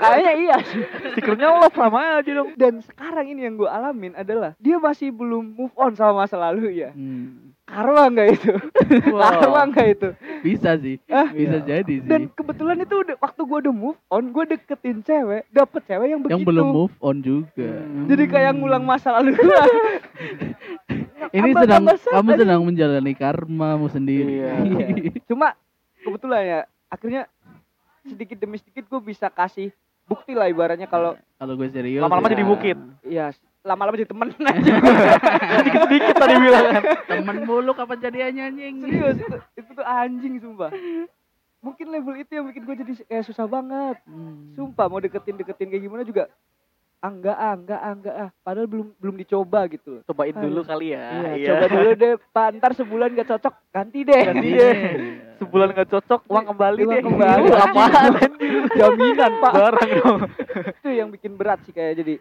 S3: kayaknya iya sih.
S2: Stikernya love sama aja dong.
S3: dan sekarang ini yang gue alamin adalah dia masih belum move on sama masa lalu ya
S1: Hmm.
S3: karma nggak itu karma nggak itu
S1: Bisa sih.
S3: Ah.
S1: Bisa jadi sih.
S3: dan kebetulan itu udah waktu gue udah move on gue deketin cewek dapet cewek yang begitu
S1: Yang belum move on juga.
S3: jadi kayak ngulang masa lalu gua
S1: Ini
S3: Tambah-
S1: sedang
S3: tambah
S1: kamu
S3: sadar.
S1: sedang menjalani karmamu sendiri.
S2: Iya.
S3: cuma kebetulan ya akhirnya sedikit demi sedikit gue bisa kasih bukti lah ibaratnya kalau
S1: Kalau gue
S3: Iya,
S1: serius.
S2: Lama-lama
S1: ya.
S2: jadi bukit.
S3: ya lama-lama jadi temen aja
S2: Sedikit-sedikit tadi bilang kan.
S1: Temen mulu kapan jadiannya anjing.
S3: serius itu, itu tuh anjing sumpah mungkin level itu yang bikin gue jadi kayak susah banget
S1: Hmm.
S3: sumpah mau deketin deketin kayak gimana juga ah enggak ah enggak ah enggak ah padahal belum belum dicoba gitu
S2: Cobain dulu kali ya.
S3: Iya, coba dulu deh, Pak. Ntar sebulan gak cocok, ganti deh.
S2: Ganti
S1: Iya.
S2: deh.
S3: ya.
S2: Sebulan gak cocok, uang kembali
S3: Uang
S2: deh.
S3: kembali.
S2: Uang Apaan?
S3: Jaminan, Pak.
S2: Barang dong.
S3: Itu yang bikin berat sih kayak jadi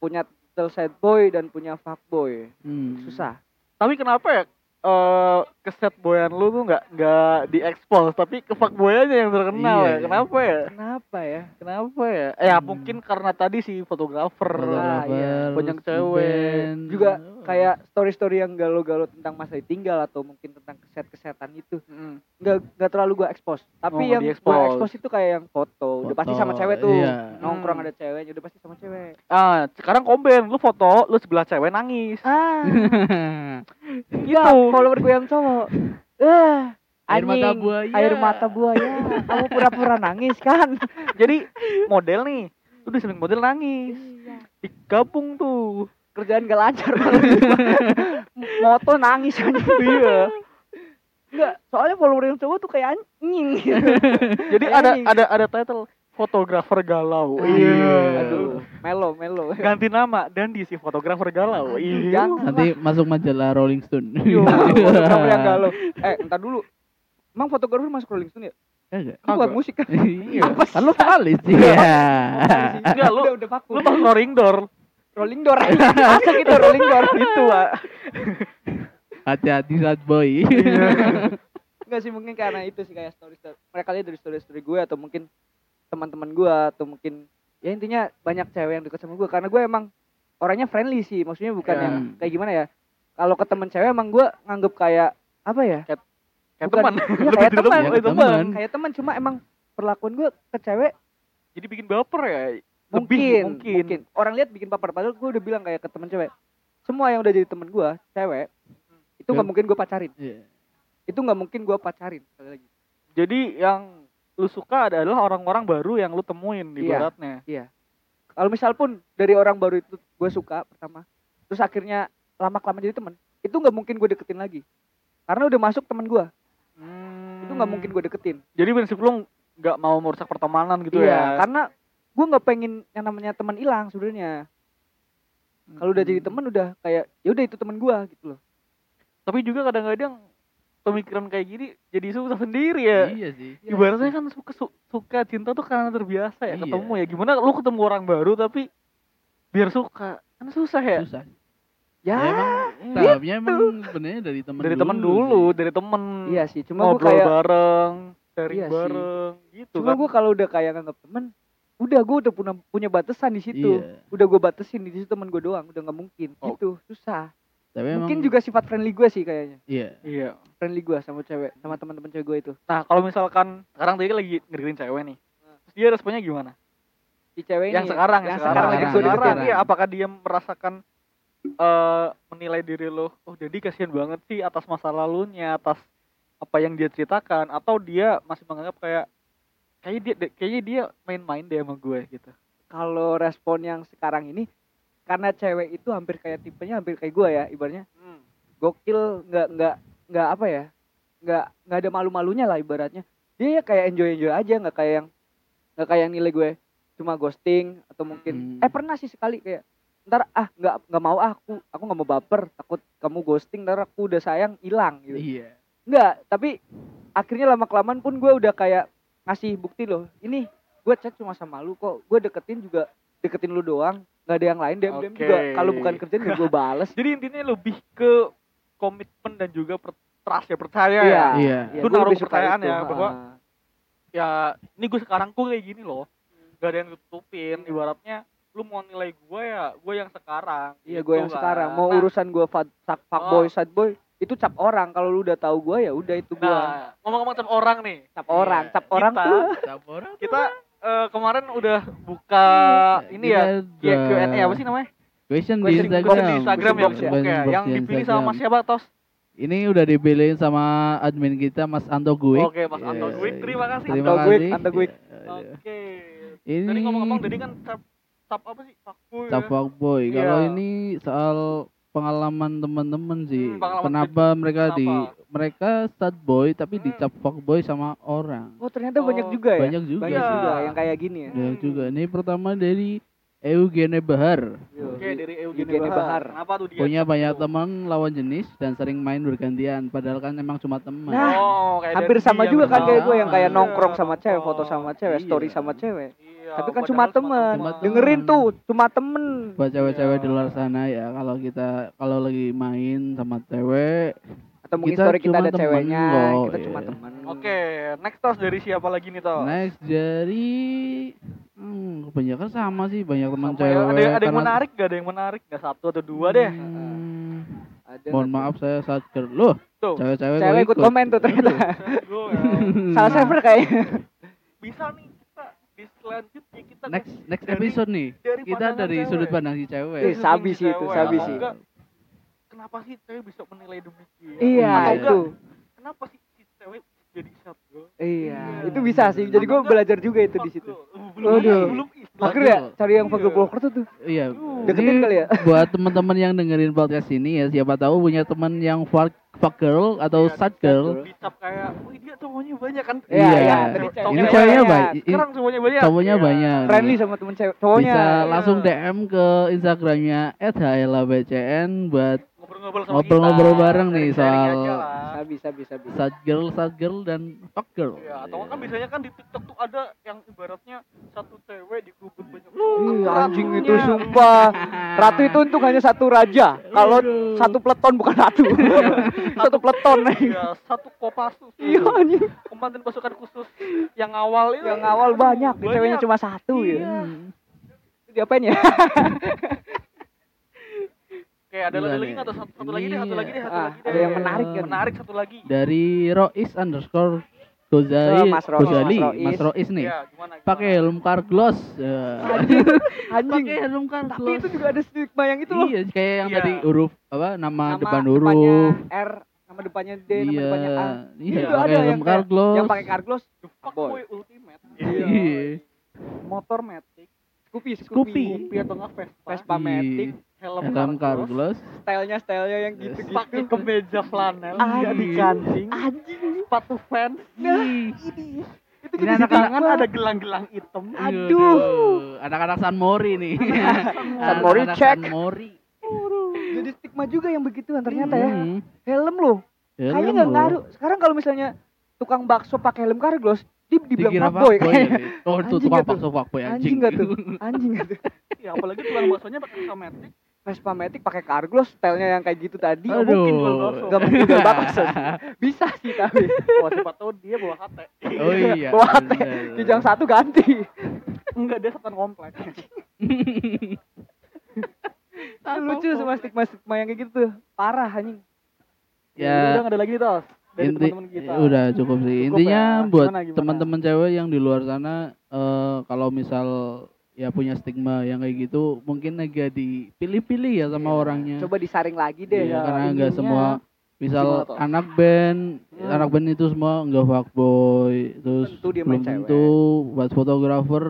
S3: punya title sad boy dan punya fuck boy.
S1: Hmm.
S3: Susah.
S2: Tapi kenapa ya eh keset boyan lu tuh nggak nggak diekspos tapi ke fuckboy aja yang
S1: Iya,
S2: terkenal ya
S1: iya.
S2: kenapa ya
S3: Kenapa ya?
S2: Kenapa ya? Eh, ya
S1: Hmm.
S2: mungkin karena tadi si fotografer.
S3: Fotografer. iya.
S2: Banyak cewek.
S3: Juga
S1: Hmm.
S3: kayak story-story yang galau-galau tentang masa ditinggal atau mungkin tentang keset-kesetan itu
S2: Mm.
S3: nggak nggak terlalu gua ekspos.
S2: Oh,
S3: Tapi
S2: nggak
S3: yang
S2: diekspos.
S3: gua ekspos itu kayak yang foto. Udah pasti sama cewek tuh.
S1: Iya.
S3: Nongkrong
S2: Hmm.
S3: ada ceweknya, udah pasti sama cewek.
S2: Ah, sekarang komben, lu foto, lu sebelah cewek nangis.
S3: Ah,
S2: Gitu.
S3: Iya, follower gue yang cowok. Eh,
S1: Air mata
S3: anjing.
S1: buaya.
S3: air mata buaya kamu pura-pura nangis kan
S2: Jadi model nih, lu di samping model nangis. Digabung tuh.
S3: kerjaan gak lancar kalau gitu. moto nangis aja
S2: iya.
S3: enggak soalnya follower yang cowok tuh kayak anjing gitu.
S2: Jadi
S3: Kayak
S2: ada
S3: anjing.
S2: ada ada title fotografer galau. Iya.
S3: Ah,
S1: Iya.
S3: aduh melo melo
S2: Ganti nama Dandi si fotografer galau. Iya.
S3: jangan
S1: Nanti masuk majalah Rolling Stone.
S3: Yo, fotografer yang galau eh entar dulu emang fotografer masuk Rolling Stone ya
S1: Kagak.
S3: Itu
S2: Kagak.
S3: bukan musik kan
S1: Iya.
S3: Apa sih?
S1: Kan lu vokalis. Iya.
S2: Enggak, lu-
S3: udah udah vakum
S2: Lu pas roaring door
S3: Rolling Door eh, masa kita Rolling Door
S2: itu, Wak.
S1: Hati-hati sad boy.
S3: Enggak sih mungkin karena itu sih kayak story story. Mereka lihat dari story story gue atau mungkin teman-teman gue atau mungkin ya intinya banyak cewek yang dekat sama gue karena gue emang orangnya friendly sih. Maksudnya bukan
S2: Ya.
S3: yang kayak gimana ya. Kalau ke temen cewek emang gue nganggep kayak apa ya?
S2: Kayak Kayak
S3: Bukan.
S2: teman.
S3: Iya,
S2: Lebih
S3: kayak
S2: dari
S3: teman,
S1: teman.
S3: kayak
S1: Kayak
S3: teman.
S1: teman.
S3: Kayak teman cuma emang perlakuan gue ke cewek
S2: Jadi bikin baper ya.
S3: mungkin,
S2: Lebih,
S3: mungkin,
S2: mungkin.
S3: orang lihat bikin baper padahal gue udah bilang kayak ke teman cewek. Semua yang udah jadi temen gue, cewek, itu
S2: Hmm.
S3: nggak
S1: Ya.
S3: mungkin gue pacarin.
S1: Iya.
S3: Itu nggak mungkin gue pacarin sekali lagi.
S2: Jadi yang lu suka adalah orang-orang baru yang lu temuin di
S3: Iya.
S2: baratnya.
S3: Kalau misal pun dari orang baru itu gue suka pertama, terus akhirnya lama kelamaan jadi temen, itu nggak mungkin gue deketin lagi. Karena udah masuk temen gue, itu nggak mungkin gue deketin.
S2: Jadi prinsip lu nggak mau merusak pertemanan gitu
S3: Iya,
S2: ya.
S3: Karena gue nggak pengen yang namanya teman hilang sebenarnya. Kalau udah
S2: Hmm.
S3: jadi temen udah kayak ya udah itu temen gue gitu loh.
S2: Tapi juga kadang-kadang pemikiran kayak gini jadi susah sendiri ya.
S1: Iya sih.
S2: Ibaratnya kan suka su- suka cinta tuh karena terbiasa ya
S1: Iya.
S2: ketemu ya. Gimana lu ketemu orang baru tapi biar suka kan susah ya.
S1: Susah.
S3: Ya,
S1: Ya, emang tahapnya emang sebenarnya dari teman
S2: dari teman dulu,
S1: sih.
S2: dari temen
S3: iya sih. Cuma gue
S2: ngobrol
S3: kayak
S2: bareng, sharing
S3: Iya sih.
S2: bareng gitu
S3: cuma
S2: kan.
S3: gue kalau udah kayak nganggap temen, udah gue udah punya punya batasan di situ.
S1: Iya.
S3: Udah gue batasin di situ temen gue doang. Udah nggak mungkin.
S2: Oh. ya.
S3: Gitu susah.
S1: Tapi emang
S3: Mungkin juga sifat friendly gue sih kayaknya.
S1: Iya.
S2: Iya.
S3: Friendly gue sama cewek, sama teman-teman cewek gue itu.
S2: Nah, kalau misalkan sekarang tadi lagi ngedeketin cewek nih. Terus dia responnya gimana?
S3: Si cewek
S2: yang
S3: ini,
S2: sekarang, yang
S1: sekarang,
S2: sekarang,
S3: yang
S2: yang sekarang,
S1: yang sekarang.
S2: iya, apakah dia merasakan eh menilai diri lo, oh jadi kasihan banget sih atas masa lalunya, atas apa yang dia ceritakan, atau dia masih menganggap kayak kayaknya dia kayaknya dia main-main deh sama gue gitu.
S3: Kalau respon yang sekarang ini, karena cewek itu hampir kayak tipenya hampir kayak gue ya, ibarnya gokil nggak nggak nggak apa ya nggak nggak ada malu-malunya lah ibaratnya dia ya kayak enjoy enjoy aja nggak kayak yang nggak kayak yang nilai gue cuma ghosting atau mungkin
S1: Hmm.
S3: eh pernah sih sekali kayak ntar ah nggak nggak mau ah, aku aku nggak mau baper takut kamu ghosting ntar aku udah sayang hilang gitu
S1: Iya.
S3: Enggak, tapi akhirnya lama kelamaan pun gue udah kayak ngasih bukti loh. Ini gue chat cuma sama lu kok. Gue deketin juga deketin lu doang. Gak ada yang lain DM DM
S2: Oke.
S3: juga. Kalau bukan kerjaan ya gue bales.
S2: Jadi intinya lebih ke komitmen dan juga per- trust ya percaya ya.
S3: Iya.
S1: Iya.
S3: Iya,
S2: Itu
S3: gua
S2: naruh
S3: lebih suka
S2: percayaan
S3: itu,
S2: ya,
S3: ha.
S2: bahwa Ya ini gue sekarang gue kayak gini loh, gak ada yang tutupin. Ibaratnya lu mau nilai gue ya gue yang sekarang.
S3: iya
S2: gitu
S3: gue yang
S2: kan.
S3: sekarang mau
S2: Nah, Oh.
S3: urusan gue fat fuck boy sad boy itu cap orang. Kalau lu udah tahu gue ya udah itu gue.
S2: Nah, ngomong-ngomong sama orang nih.
S3: cap orang, cap
S1: Iya,
S3: orang
S2: kita-
S3: tuh.
S1: Tapora.
S2: Kita eh, kemarin udah buka ini ya
S1: Kita
S2: Q-
S1: udah
S2: Q&A apa sih namanya?
S1: Question di
S3: Question box
S1: Instagram.
S2: di Instagram ya.
S3: Question
S2: Oke,
S1: Question box
S2: yang
S1: di
S2: dipilih
S1: Instagram.
S2: sama mas siapa Tos?
S1: Ini udah dipilihin sama admin kita Mas Anto Guik.
S2: Oke, Mas Anto
S1: Iya,
S2: Guik, terima kasih.
S1: Terima
S3: Anto Guik,
S1: kasih.
S3: Anto Guik.
S1: Iya.
S2: Oke.
S1: Ini
S2: Tadi ngomong-ngomong tadi kan tap, tap apa sih? Fuckboy.
S1: Top
S2: ya.
S1: boy. Kalau
S2: Iya.
S1: ini soal pengalaman teman-teman sih.
S2: Hmm, pengalaman
S1: kenapa mereka di
S2: kenapa?
S1: mereka stud boy tapi
S2: Hmm.
S1: dicap fuckboy sama orang.
S3: Oh ternyata
S2: Oh,
S3: banyak juga ya.
S1: Banyak juga. Iya.
S3: Banyak
S2: Iya.
S3: juga yang kayak gini ya.
S1: Banyak juga. Ini pertama dari Eugene Bahar.
S2: Oke, dari
S3: Eugene
S2: Eugene Bahar.
S3: Bahar.
S2: Kenapa tuh dia?
S1: Punya banyak
S2: Oh.
S1: teman lawan jenis dan sering main bergantian padahal kan emang cuma teman.
S3: Nah,
S2: Oh, kayak
S3: Hampir
S2: Dendi
S3: sama
S2: yang
S3: juga kan
S2: sama.
S3: kayak gue yang kayak
S2: Iya,
S3: nongkrong sama cewek, foto
S2: nongkrong.
S3: sama cewek, story
S1: Iya.
S3: sama cewek.
S2: Iya,
S3: Tapi kan
S2: padahal
S3: cuma temen.
S1: Cuma temen.
S3: Dengerin tuh, cuma temen.
S1: buat cewek-cewek di
S2: Iya.
S1: luar sana ya kalau kita kalau lagi main sama cewek
S3: Atau mungkin
S1: Kita
S3: story kita
S1: cuma
S3: ada
S1: temen
S3: ceweknya,
S1: kok,
S3: kita cuma
S1: iya.
S3: temen.
S2: Oke, next tos dari siapa lagi nih tos?
S1: next dari hmm, kebanyakan sama sih banyak teman
S2: Sama ya.
S1: cewek
S2: Ada, ada yang
S1: karena-
S2: menarik gak? Ada yang menarik gak? Satu atau dua deh.
S1: Hmm,
S3: Ada
S1: mohon
S3: nggak
S1: maaf saya saat ker loh
S2: Tuh.
S1: cewek-cewek
S3: Cewek
S1: kok
S3: ikut komen tuh ternyata.
S2: Gua ya.
S3: tuh? Salah server kayaknya.
S2: Bisa nih kita di selanjutnya kita
S1: next next
S2: Dari-
S1: episode nih
S2: dari
S1: kita
S2: pandangan
S1: dari
S2: cewek.
S1: sudut pandang si
S3: Eh,
S1: cewek
S2: Iya,
S3: sabi sih itu,
S2: cewek.
S3: sabi
S2: Atau
S3: sih.
S2: enggak, kenapa sih cewek bisa menilai demikian?
S3: Iya,
S1: Atau enggak-
S3: itu.
S2: Kenapa sih si cewek jadi sad girl?
S3: Iya,
S2: Iya.
S3: itu bisa sih. Jadi gue
S2: Atau enggak,
S3: belajar juga itu di
S2: fuck
S3: situ.
S2: girl. Uh, Belum,
S3: Waduh.
S2: belum istilah.
S1: Fuck
S3: Akhirnya
S1: girl.
S3: cari yang fuck
S2: Iya.
S3: blocker tuh tuh.
S1: iya
S3: Deketin
S1: ini
S3: kali ya.
S1: buat teman-teman yang dengerin podcast ini ya siapa tahu punya teman yang fuck, fuck girl atau
S2: Iya,
S1: sad girl
S2: Dicap kayak, wih dia cowoknya banyak kan?
S3: Iya,
S1: Iya.
S3: iya.
S2: Ini
S1: ini
S2: Cowoknya
S1: ceweknya
S3: banyak.
S1: banyak ini
S2: Sekarang cowoknya banyak.
S1: cowoknya
S2: Iya.
S1: banyak
S3: Friendly sama temen cewek, cowoknya.
S1: bisa
S2: Iya.
S1: langsung DM ke Instagramnya @hlabcn buat
S2: Ngobrol-ngobrol sama
S1: Ngobrol-ngobrol
S2: kita,
S1: bareng nih
S2: sharing-sharing
S1: soal-
S2: aja lah.
S3: Sabi, sabi, sabi.
S1: sad girl, sad girl dan fuck girl.
S2: Iya, atau kan biasanya kan di TikTok tuh ada yang ibaratnya satu cewek dikubur banyak.
S3: Ih,
S2: cowok,
S3: anjing itu
S2: ratunya.
S3: sumpah. Ratu itu untung hanya satu raja. Kalau satu peleton bukan ratu. satu peleton. eh.
S2: Iya, satu kopasus.
S3: Iya anjing.
S2: Komandan pasukan khusus yang awal itu.
S3: Yang awal
S2: Aduh,
S3: banyak, ceweknya cuma
S1: Hmm,
S3: satu ya.
S2: Iya.
S3: Itu diapain ya?
S2: Oke, Kayak ada
S1: Gila nih.
S2: lagi lagi nggak atau satu, satu lagi deh, satu
S1: Iya.
S2: lagi deh, satu
S3: Iya, Ah,
S2: lagi deh.
S3: ada yang menarik kan?
S2: Menarik satu lagi.
S1: dari Rois underscore Gozali,
S3: Oh, Mas Rois,
S1: Gozali,
S3: Mas Rois.
S1: Mas Rois nih.
S2: Iya, gimana? gimana?
S1: Pakai helm Carglass. Ya.
S3: Anjing.
S1: Pakai helm Carglass.
S3: Tapi itu juga ada stigma yang itu loh.
S1: Iya, kayak yang
S2: Iya.
S1: tadi huruf apa nama,
S3: Nama
S1: depan
S3: depannya
S1: huruf.
S3: R, nama depannya D, nama
S1: Iya.
S3: depannya A.
S1: Iya,
S3: Itu
S1: pakai helm
S3: ada yang kayak-
S1: Carglass.
S3: Yang pakai Carglass,
S2: The fuck
S3: Boy.
S2: boy ultimate.
S3: Iya.
S1: Iya.
S3: motor matic, Scoopy,
S1: Scoopy.
S2: Kopi atau nggak Vespa?
S3: Vespa matic,
S2: Helm
S1: Iya. Helm Carglass.
S2: Carglass.
S3: stylenya stylenya yang gitu.
S1: Yes.
S3: gitu-gitu.
S2: Pakai kemeja flanel.
S3: Anjing.
S2: Jadi kancing.
S3: Anjing.
S2: Sepatu fans.
S3: Nah.
S1: Ih.
S2: Itu
S1: Ini
S2: jadi
S1: anak-anak-
S2: tangan ada gelang-gelang hitam.
S3: Iya.
S1: Aduh, Iya, anak-anak San Mori nih.
S3: San Mori,
S1: Anak-anak
S3: cek.
S1: San Mori.
S3: Jadi stigma juga yang begituan ternyata ya.
S1: Hmm. Ya, kan
S3: Helm loh,
S1: Helm
S3: kayaknya nggak
S1: loh.
S3: ngaruh. Sekarang kalau misalnya tukang bakso pakai helm Carglass, dia
S1: Dikira
S3: dibilang
S1: fuckboy.
S3: fuckboy kayaknya.
S1: kali. Oh, itu
S3: Anjing
S1: tukang
S3: nggak tuh?
S1: bakso fuckboy anjing.
S3: Anjing gak tuh? Anjing gak tuh?
S2: Ya apalagi tukang baksonya pakai Vespa matic.
S3: Vespa Matic pakai Carglass, stylenya yang kayak gitu tadi.
S1: Aduh.
S2: mungkin jual bakso.
S3: Gak mungkin jual bakso. Bisa sih tapi.
S2: Wah, siapa tahu dia bawa HT.
S1: Oh iya.
S3: Wah,
S1: bener.
S3: Kijang satu ganti.
S2: Enggak, dia setan komplek.
S1: Satu
S3: Lucu
S1: komplek.
S3: sama stigma-stigma yang kayak gitu tuh. Parah anjing.
S2: Udah
S1: Ya,
S2: nggak ada lagi nih, Tos. Dari
S1: inti
S2: teman-teman kita.
S1: ya, udah cukup sih.
S2: Cukup
S1: Intinya
S2: ya.
S1: buat
S2: Gimana, gimana?
S1: teman-teman cewek yang di luar sana eh kalau misal ya punya stigma yang kayak gitu mungkin agak dipilih-pilih ya sama orangnya.
S3: Coba disaring lagi deh.
S1: Iya,
S2: ya,
S1: karena nggak
S2: ininya.
S1: semua misal
S2: Gimana, Tos?
S1: anak band,
S2: Hmm.
S1: anak band itu semua nggak fuckboy, terus
S3: Tentu dia
S1: belum
S3: main cewek.
S1: tentu buat fotografer,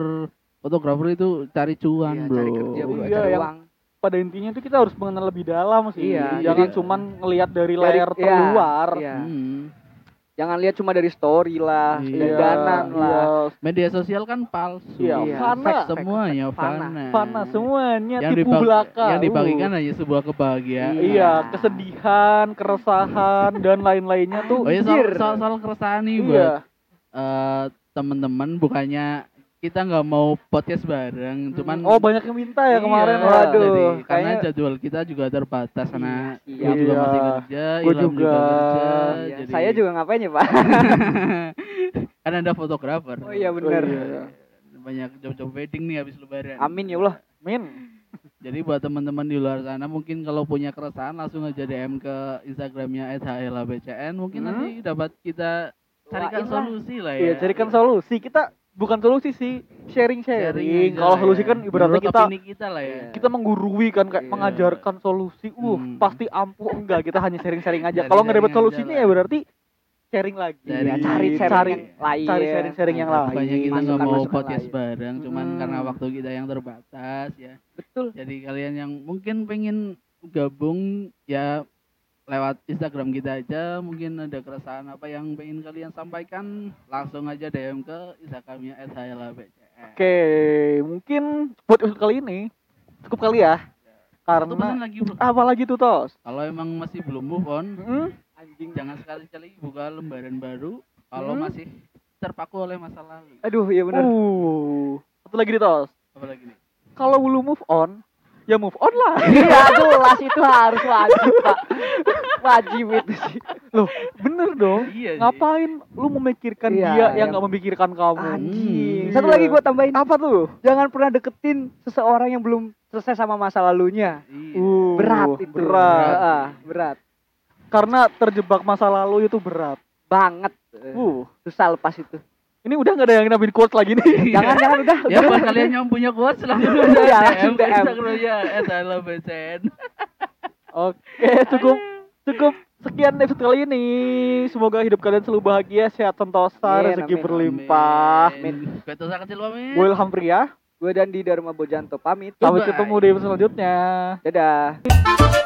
S1: fotografer itu cari cuan,
S3: Iya,
S1: Bro.
S3: cari kerja, bro.
S2: Iya,
S3: cari
S2: yang
S3: uang.
S2: pada intinya itu kita harus mengenal lebih dalam sih.
S3: Iya,
S2: Jangan
S1: jadi-
S2: cuman ngelihat dari
S3: Dari-
S2: layar
S3: iya,
S2: terluar.
S3: iya.
S1: Hmm.
S3: Jangan lihat cuma dari story lah,
S1: Iya.
S3: dandanan lah.
S1: Media sosial kan palsu.
S2: Iya,
S3: Iya.
S2: fana.
S3: Fake,
S1: Semuanya
S3: fake, fana.
S1: fana.
S2: Fana semuanya
S1: Yang,
S2: tipu
S1: dibagi-
S2: belaka.
S1: yang dibagikan ya.
S2: Uh.
S1: hanya sebuah kebahagiaan.
S2: Iya, kesedihan, keresahan dan lain-lainnya tuh.
S1: Hmm. Oh iya soal,
S3: Anjir.
S1: soal, soal keresahan nih buat
S2: Iya.
S1: eh, teman-teman bukannya kita nggak mau podcast bareng, cuman
S3: Hmm.
S2: Oh, banyak yang minta ya kemarin.
S1: Iya,
S2: Waduh.
S1: jadi, karena
S3: kayaknya-
S1: jadwal kita juga terbatas karena
S3: Iya,
S1: gua juga
S2: iya.
S1: masih kerja,
S2: Gua
S1: Ilham juga,
S2: juga.
S1: kerja,
S3: Iya,
S1: jadi-
S3: Saya juga ngapain ya, Pak?
S1: karena ada fotografer.
S3: Oh iya,
S2: bener.
S1: Oh, iya. Banyak job-job wedding nih habis lebaran.
S3: Amin ya Allah.
S2: Min.
S1: Jadi buat teman-teman di luar sana mungkin kalau punya keresahan langsung aja DM ke Instagramnya @hlabcn mungkin
S2: Hmm.
S1: nanti dapat kita carikan
S3: Doain lah.
S1: solusi lah ya.
S2: Iya, carikan solusi. Kita bukan solusi sih, sharing-sharing. Kalau
S1: aja
S2: solusi
S1: ya.
S2: kan ibaratnya
S1: Menurut
S2: kita
S1: opini kita lah ya.
S3: Iya.
S2: kita menggurui kan kayak
S1: Iya.
S2: mengajarkan solusi uh
S1: Hmm. Iya,
S2: pasti ampuh enggak kita hanya sharing-sharing aja
S1: Sharing-sharing
S2: kalau nggak dapat
S1: aja
S2: solusinya
S1: lah.
S2: ya berarti sharing lagi
S1: Sharing.
S3: Iya, cari sharing
S2: cari
S3: yang lain.
S2: cari sharing-sharing yang
S3: Nah,
S2: lain
S1: Bukannya kita nggak mau
S3: masukan-masukan
S1: podcast
S3: lain.
S1: bareng, cuman
S2: Hmm.
S1: karena waktu kita yang terbatas ya.
S3: Betul.
S1: Jadi kalian yang mungkin pengen gabung ya lewat Instagram kita aja mungkin ada keresahan apa yang pengen kalian sampaikan langsung aja DM ke Instagramnya @hlabcn.
S2: oke mungkin buat episode kali ini cukup kali ya
S1: Satu pesan
S2: karena
S1: lagi bro.
S2: apalagi tuh tos Hmm?
S1: Kalau emang masih belum move on,
S2: Mm-mm.
S3: Anjing.
S1: jangan sekali-kali buka lembaran baru kalau
S2: Hmm.
S1: masih terpaku oleh masa lalu.
S3: Aduh, iya benar.
S2: uh satu lagi nih tos
S1: Apalagi nih?
S2: kalau belum move on ya move on lah
S3: Iya, jelas itu harus wajib, Pak. Wajib itu sih.
S2: loh bener dong
S1: Iya. sih.
S2: ngapain lu memikirkan
S3: Iya,
S2: dia yang
S3: yang-
S2: nggak memikirkan kamu
S3: Anjing.
S1: Hmm.
S3: Satu lagi gua tambahin.
S2: Iya. apa tuh
S3: Jangan pernah deketin seseorang yang belum selesai sama masa lalunya.
S1: Iya.
S2: Uh,
S3: Berat itu.
S2: berat.
S3: Ah, berat.
S2: karena terjebak masa lalu itu berat.
S3: Banget.
S2: Uh,
S3: Susah lepas itu.
S2: ini udah nggak ada yang nambahin quotes lagi nih.
S3: Jangan, jangan udah.
S1: ya buat kalian yang punya quotes langsung
S3: Iya,
S1: aja
S3: langsung
S1: DM ke
S3: DM.
S1: Instagramnya @hlabcn.
S2: Oke, cukup cukup sekian episode kali ini. Semoga hidup kalian selalu bahagia, sehat sentosa,
S3: Amin,
S2: rezeki
S3: amin,
S2: berlimpah.
S1: Amin. Betul sangat kecil pamit.
S2: Gue Ilham Pria.
S3: Gue dan di Dharma Bojanto pamit.
S2: Iya.
S1: Bye-bye.
S2: Sampai ketemu di episode selanjutnya.
S3: Dadah.